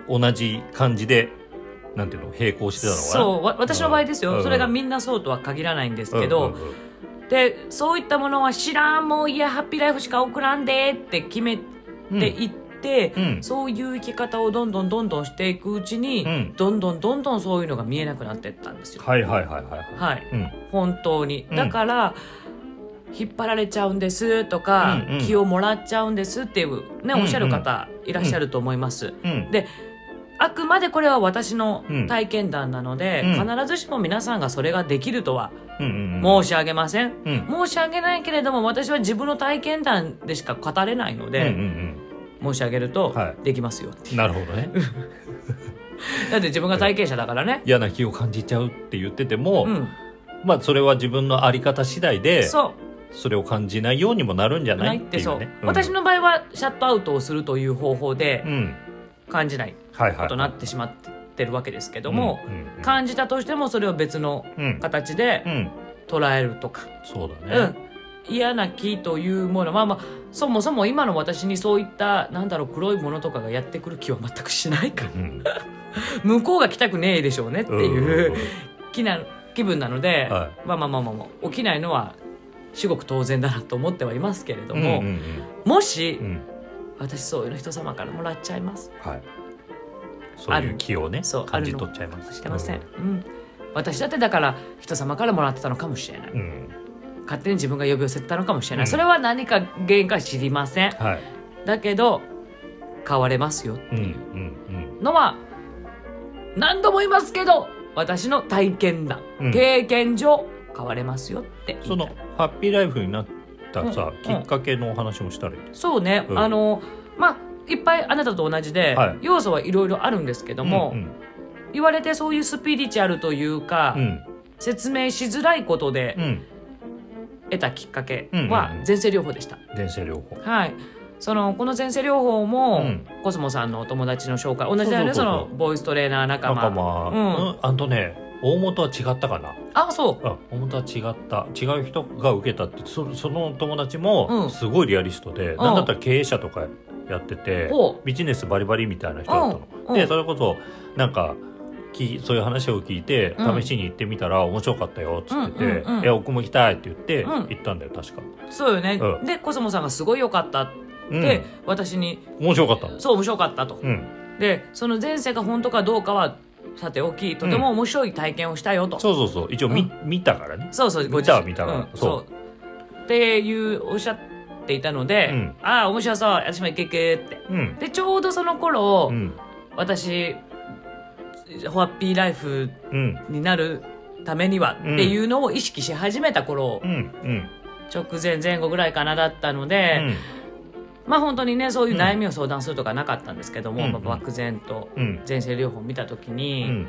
同じ感じでなんていうの並行してたのかなそうわ私の場合ですよ、うんそれがみんなそうとは限らないんですうんけど、うんうんでそういったものは知らんもういやハッピーライフしか送らんでって決めていって、うんそういう生き方をどんどんどんどんしていくうちに、うんどんどんどんどんそういうのが見えなくなっていったんですよ。はいはいはいはいはいはい、うん本当にうんだから、引っ張られちゃうんですとか、うんうん気をもらっちゃうんですっていうねうんおっしゃる方いらっしゃると思います、うんであくまでこれは私のうん体験談なので、うん必ずしも皆さんがそれができるとはうんうんうん申し上げません、うん申し上げないけれども私は自分の体験談でしか語れないのうんうで、ん申し上げると、はいできますよってうんなるほどねだって自分が体験者だからね、嫌な気を感じちゃうって言ってても、うん、まあそれは自分のあり方次第でそうそれを感じないようにもなるんじゃなないいっってていそううね。私の、の場合はシャットアウトをするという方法でうん、感じないはいはい。ことになってしまってるわけですけども、うんうんうん感じたとしてもそれを別のうん形でうん、捉えるとか、そううだんね。嫌な気というものは、まあ、そもそも今の私にそういったなんだろう黒いものとかがやってくる気は全くしないからうん、向こうが来たくねえでしょうねっていううん気な気分なので、はまあまあまあまあまあ起きないのは至極当然だなと思ってはいますけれどうんも、うんもし、うんうん私そういうの人様からもらっちゃいますはい。そういう気をねそう感じ取っちゃいます。してません、うん私だってだから人様からもらってたのかもしれない、うん。うん勝手に自分が呼び寄せてたのかもしれない、うんそれは何か原因か知りませんはい。だけど変われますよってうんういんうのは、何度も言いますけど私の体験談、うん経験上変われますよって言いたういん。そのハッピーライフになったさ、うんきっかけのお話もしたらいい。そうね、うんあのまあいっぱいあなたと同じで、はい要素はいろいろあるんですけども、うん言われてそういうスピリチュアルというか、うん説明しづらいことでうんうん。得たきっかけうんうんはうん前世療法でした。電性療法。はいそのこの前世療法も、うんコスモさんのお友達の紹介同じだよねそそうそうそうそうのボイストレーナー仲間仲間、うんうん、あとね大元は違ったかな。あそうあ本当は違った違う人が受けたってそその友達うんもすごいリアリストで、なんだったら経営者とかやってて、ほうビジネスバリバリみたいな人だったの。うんうでんそれこそなんかきそういう話を聞いてうん試しに行ってみたら面白かったよっつっててうんうんうんいや僕も行きたい」って言ってうん行ったんだよ確か。そうよね、うでコスモさんがすごい良かったうんで私に面白かっ「たそう面白かった」と。うんでその前世が本当かどうかはさておきとても面白い体験をしたよと。そうそうそう一応見,、見たからねそうそう見たわご自身見たわうんそそうっていうおっしゃっていたので、うんああ面白そう私もいけいけってうんでちょうどその頃、うん私ホッピーライフうんになるためにはっていうのを意識し始めた頃、うんうん直前前後ぐらいかなだったので、まあ本当にねそういう悩みを相談するとかなかったんですけども、うんまあ、漠然とうんうん前世療法を見た時うにん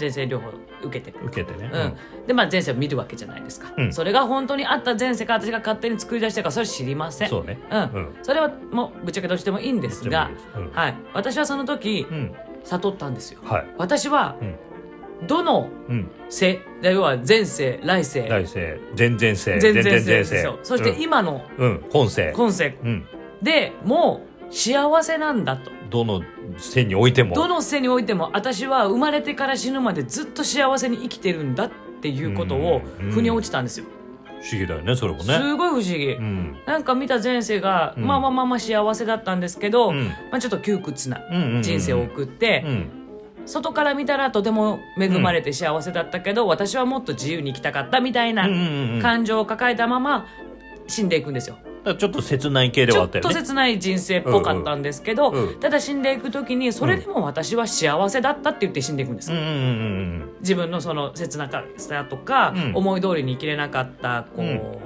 前世療法受けて受けてねうん、でまあ前世を見るわけじゃないですか、うんそれが本当にあった前世か私が勝手に作り出したかそれ知りませんそうねうんうんそれはもうぶっちゃけどうしてもいいんですがうんはい、私はその時うん悟ったんですよはい私はうんどのうん世要は前世来世来世前々世前々々世ですよそして今のうんうん今世今世うんでもう幸せなんだとどの世においてもどの世においても私は生まれてから死ぬまでずっと幸せに生きてるんだっていうことをうん腑に落ちたんですよ、不思議だよねそれもねすごい不思議、うんなんか見た前世が、うんまあまあまあまあ幸せだったんですけど、うんまあ、ちょっと窮屈なうんうんうん人生を送って、うん外から見たらとても恵まれて幸せだったけど、私はもっと自由に生きたかったみたいなうんうんうんだか感情を抱えたまま死んでいくんですよ。らちょっと切ない系でちょはあっったとよね切ない人生っぽかったんですけど、うんうんうんただ死んでいく時にそれでも私は幸せだったって言って死んでいくんです、うんうんうんうん自分のその切なさとか、うん思い通りに生きれなかったこう、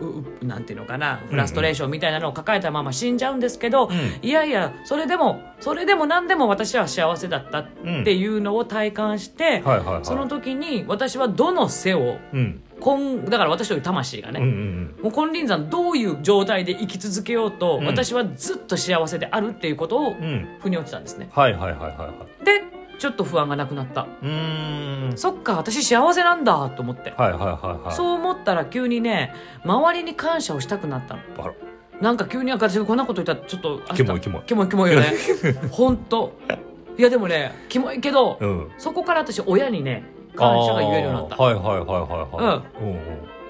ううなんていうのかなフラストレーションみたいなのを抱えたまま死んじゃうんですけど、うんいやいやそれでもそれでも何でも私は幸せだったっていうのを体感して、はいはいはいその時に私はどの背をうん今だから私という魂がね、うんうんもう金輪山どういう状態で生き続けようと、うん私はずっと幸せであるっていうことをうんうん腑に落ちたんですねはいはいはいはいはいでちょっと不安がなくなったうーんそっか私幸せなんだと思って、はいはいはいはいそう思ったら急にね周りに感謝をしたくなったのあらなんか急に私がこんなこと言ったらちょっとあキモいキモいキモいキモいよ [laughs] ねほんといやでもねキモいけど、うんそこから私親にね感謝が言えるようになったあーはいはいはいはいはいうんう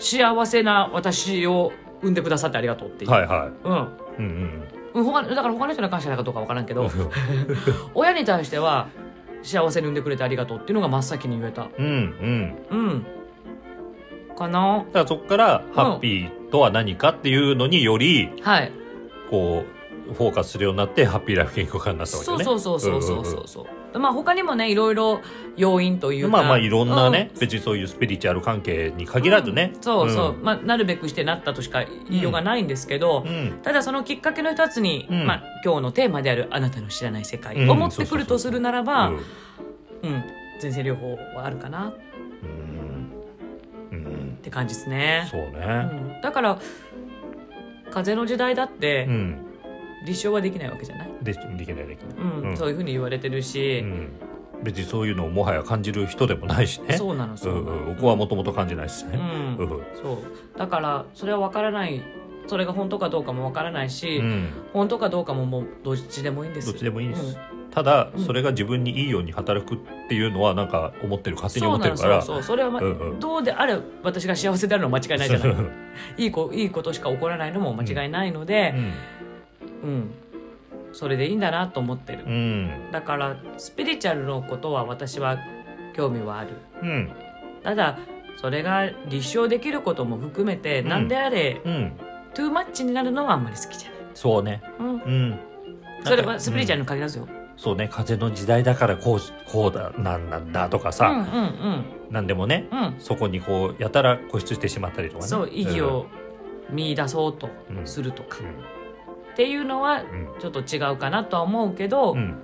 幸せな私を産んでくださってありがとうっていんう、はいはうんいうんううんん他のだから他の人に感謝だかどうかわからんけうんど親に対しては幸せに産んでくれてありがとうっていうのが真っ先に言えたうんうんうんかなだからそこからハッピーとは何かっていうのによりはいこうフォーカスするようになってハッピーライフ健康感になったわけそうねそうそうそうそううんそうんうそう、まあ他にもねいろいろ要因というかまあまあいろんなね、別にそういうスピリチュアル関係にうん限らずね、そうそう、んまあ、なるべくしてなったとしか言いようがないんですけど、うんただそのきっかけの一つに、うんまあ、今日のテーマである「あなたの知らない世界」を持ってくるとするならば、うんうん、前世療法はあるかなっうんうんて感じですね。そううねん、だから風の時代だっうてん立証はできないわけじゃない、でできないできないうんうんそういうふうに言われてるうし、ん別にそういうのをもはや感じる人でもないしねそうなのそうなの、んうん僕はもともと感じないしうねんうんそうだからそれは分からないそれが本当かどうかも分からないし、うん本当かどうかももうどっちでもいいんですどっちでもいいでうすんただうんそれが自分にいいように働くっていうのはなんか思ってる勝手にそ思うってなのるかそうそらうそれは、まうんうんどうであれ私が幸せであるのは間違いないじゃないういいこいいことしか起こらないのも間違いないので、んうんそれでいいんだなと思ってる、うんだからスピリチュアルのことは私は興味はあるうんただそれが立証できることも含めて、うんなん、何であれうんトゥーマッチになるのはあんまり好きじゃそうねない、うん、うんそれはスピリチュアルに限らずよ、そうね風の時代だからこうしこうだなんなんだとうん、かうんさ、なんでもねうんうんそこにこうやたら固執してしまったりとかねそう意義を見出そうとするとか、っていうのはうんちょっと違うかなとは思うけど、ううんん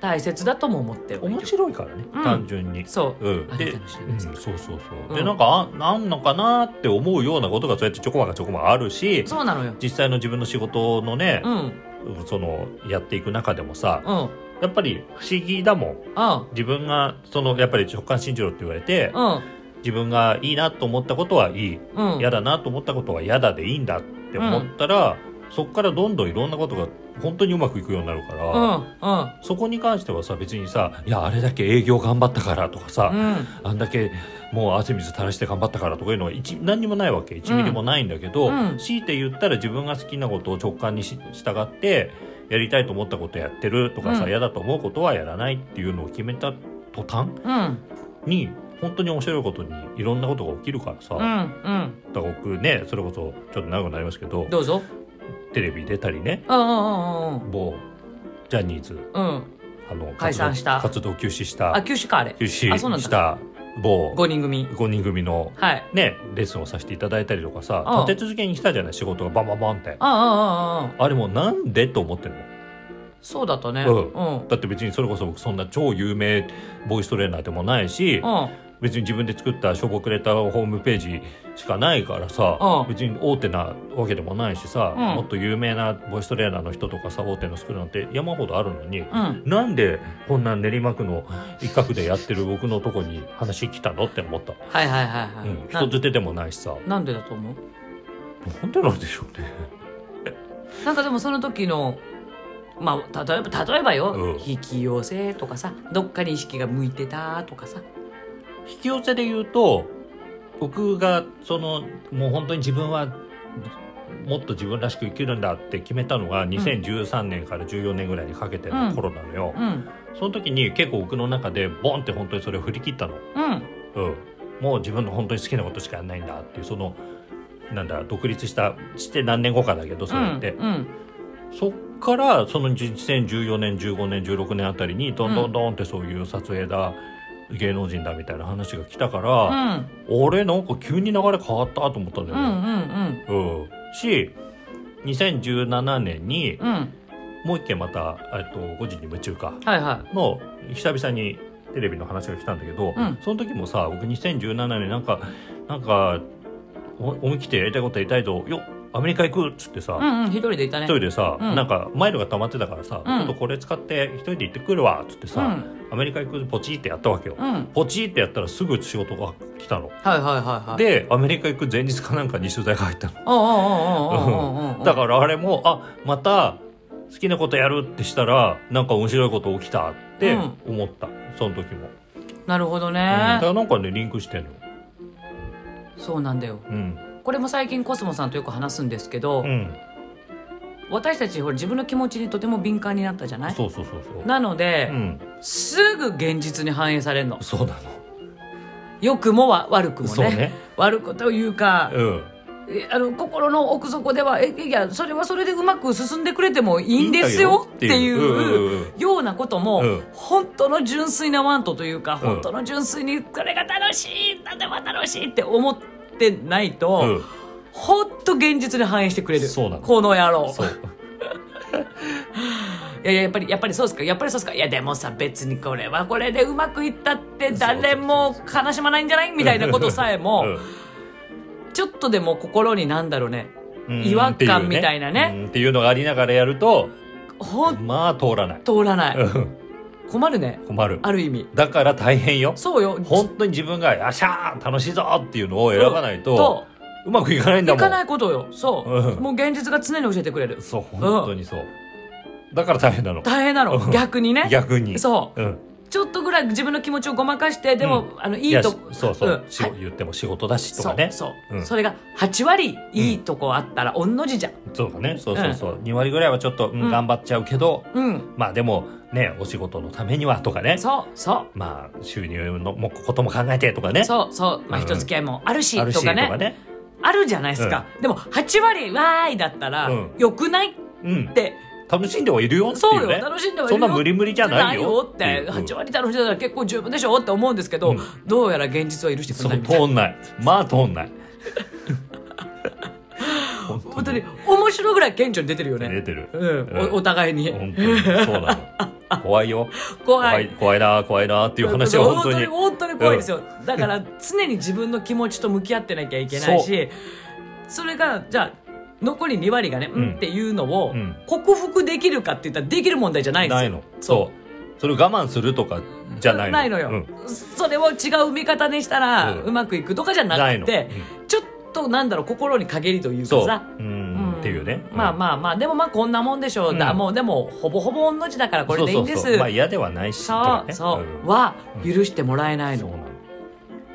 大切だとも思ってうんはいる面白いからね、うん単純に、そうあん、で、なたうの知らない世ん、界そうそうそう、うんでなんかあなんのかなって思うようなことがそうやってちょこまかちょこまかあるしうそうなのよ実際の自分の仕事のねう、んうんそのやっていく中でもさうんやっぱり不思議だもんうん自分がそのやっぱり直感信じろって言われてうん自分がいいなと思ったことはいいうん嫌だなと思ったことは嫌だでいいんだって思ったら、そこからどんどんいろんなことが本当にうまくいくようになるから、うんうんそこに関してはさ別にさ「いやあれだけ営業頑張ったから」とかさ、うんあんだけもう汗水垂らして頑張ったからとかいうのは一何にもないわけ1ミリもないんだけうど、ん強いて言ったら自分が好きなことを直感にし従ってやりたいと思ったことやってるとかさ、うん嫌だと思うことはやらないっていうのを決めた途端うんに本当に面白いことにいろんなことが起きるからさ、うんうんだから僕ねそれこそちょっと長くなりますけどどうぞテレビ出たりねうんうんうん某ジャニーズうんうんあの解散した活動活動休止したあ休止かあれ休止あそうなんだした某5人組5人組のはいねレッスンをさせていただいたりとかさうん立て続けに来たじゃない仕事がバンバンバンってあああああああれもうなんでと思ってるのそうだったねううんんうんだって別にそれこそ僕そんな超有名ボイストレーナーでもないしうん別に自分で作ったしょぼくれたホームページしかないからさうん別に大手なわけでもないしさうんもっと有名なボイストレーナーの人とかさ大手のスクールなんて山ほどあるのにうんなんでこんな練馬区の一角でやってる僕のとこに話来たのって思った、はいはいはいはうい、ん、な人づてでもないしさなんでだと思うなんでなんでしょうねなんかでもその時のまあ例えば例えばよ、うん引き寄せとかさどっかに意識が向いてたとかさ引き寄せで言うと僕がそのもう本当に自分はもっと自分らしく生きるんだって決めたのが2013年から14年ぐらいにかけての頃なのよ、うんその時に結構僕の中でボンって本当にそれを振り切ったの、うんうん、もう自分の本当に好きなことしかやんないんだっていうそのなんだ独立したして何年後かだけどそれって、うんそっからその2014年15年16年あたりにどんどんどんってそういう撮影だ、芸能人だみたいな話が来たかうんうら、ん俺なんか急に流れ変わったと思ったんだうんうよね。んうんし2017年にうんうんもう一件また「えっと5時に夢中かはいは」の久々にテレビの話が来たんだけど、うんその時もさ僕2017年なんかなんかお思い切ってやりたいことやりたいと「よっアメリカ行く」っつってさ、いうんうん一人でいたね一人でさ、うんなんかマイルが溜まってたからさ、うんちょっとこれ使って一人で行ってくるわっつってうさ、んアメリカ行くポチってやったわけよ、うんポチってやったらすぐ仕事が来たの、はいはいはいはいでアメリカ行く前日かなんかに取材が入ったおうおうおうおうおうおうおのうだからあれもあまた好きなことやるってしたらなんか面白いこと起きたってうん思った、その時も、なるほどうんだねからなんかねリンクしてんのそうなんだようんこれも最近コスモさんとよく話すんですけど、うん私たちほら自分の気持ちにとても敏感になったじゃないそうそうそうそうなので、うんすぐ現実に反映されるのそうなの、良くもわ悪くもそうねね悪くというか、うんえあの心の奥底ではえいやそれはそれでうまく進んでくれてもいいんですよっていんだよっていうう。んうんうんようなことも、うん本当の純粋なワントというか、うん本当の純粋にこれが楽しいなんでも楽しいって思ってないと、うんほんと現実に反映してくれるそうなのこの野郎そう [laughs] いやいややっぱりやっぱりそうですかやっぱりそうですかいやでもさ別にこれはこれでうまくいったって誰も悲しまないんじゃないみたいなことさえ [laughs] も、ちょっとでも心になんだろうねうん違和感みたいなねうんっていうのがありながらやるとほんとまあ通らない通らない、うん困るね困るある意味だから大変よそうよ本当に自分が「よっしゃー楽しいぞ!」っていうのを選ばないととうまくいかないんだ行もんかないことよそう、うんもう現実が常に教えてくれるそう本当にそうだから大変なの大変なのうん逆にね逆にそううんちょっとぐらい自分の気持ちをごまかしてでも、あのいいいやとしそうそうんし言っても仕事だしとそかうねそう、うんそれが8割いいとこあったら御の字じゃんそうかねそうそうそう2割ぐらいはちょっとうん頑張っちゃうけどうんまあでもねお仕事のためにはとかねそうそうまあ収入のもことも考えてとかねそうそう、まあ、うん人付き合いもあるしあるしととかかね,、あるねじゃないですか、でも8割わーいだったら、うんよくないっうんて楽しんではいるよってそいううよね楽しんではいそるんな無理無理じゃないよってないよってうん8割楽しんでたら結構十分でしょって思うんですけど、うんどうやら現実は許してくれそないうみたい通んないまあ通んない本本当に面白いぐらい顕著に出てるよ出ね、てるうんうんおお互いに本当にそうなの怖いよ [laughs] 怖い怖いな怖いなっていう話は本当に本当に怖いですよ、だから常に自分の気持ちと向き合ってなきゃいけないしそれがじゃあ残り2割がね、うんんっていうのをうん克服できるかって言ったらできる問題じゃないですよないのそうそれを我慢するとかじゃないののよ、うんそれを違う見方にしたらうんうまくいくとかじゃなないくのて、うちょっとなんだろう心に陰りというんかそうさううんっていうね、まあまあまあでもまあこんなもんでしょう、だうんもうでもほぼほぼ同じだからこれでいいんですそうそうそうまあ嫌ではないしそうとそかねうは許してもらえないんそうのなの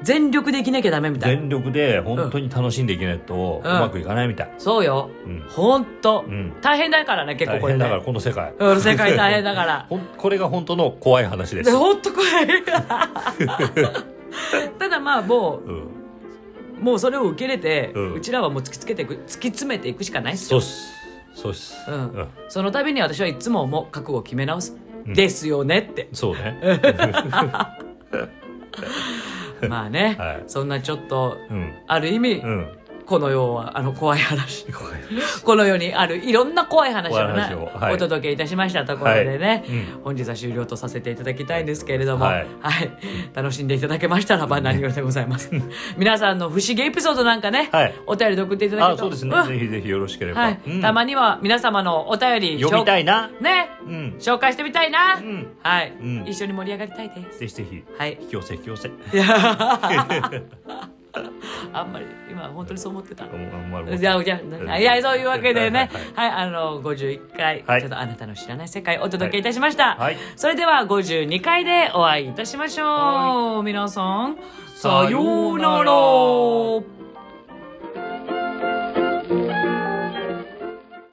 全力で生きなきゃダメみたいな全力で本当に楽しんでいけないとううんまくいかないみたい、そうようんほんとうん大変だからね結構大これ変ねだからこの世界うん世界大変だから [laughs] ほんこれが本当の怖い話です、ほんと怖い [laughs] ただまあもうん、うもうそれを受け入れて、ううんちらはもう突きつけていく突き詰めていくしかないっすそうよっすそうっす、うんその度に私はいつももう覚悟を決め直す、うんですよねってそうね、まあね、 [laughs] はいそんなちょっとうんある意味、うんこの世はあの怖い話怖いこの世にあるいろんな怖い話を,、怖い話をはいお届けいたしましたところでね、うん本日は終了とさせていただきたいんですけれども、ははいい楽しんでいただけましたらば何よりでござい [laughs] ます皆さんの不思議エピソードなんかね、はいお便りで送っていただけるあとそうですね、んぜひぜひよろしければ、はいうんたまには皆様のお便り読みたいいなねうん紹介してみたいな、うんはい、うん一緒に盛り上がりたいですぜひぜひはい引き寄せ引き寄せあんまり今本当にそう思ってたあんあんまりじゃあ、じゃあ、いや、そういうわけでねはい、はい、あの、51回、はいちょっとあなたの知らない世界お届けいたしました。はいそれでは、52回でお会いいたしましょう。皆さん、さようなら。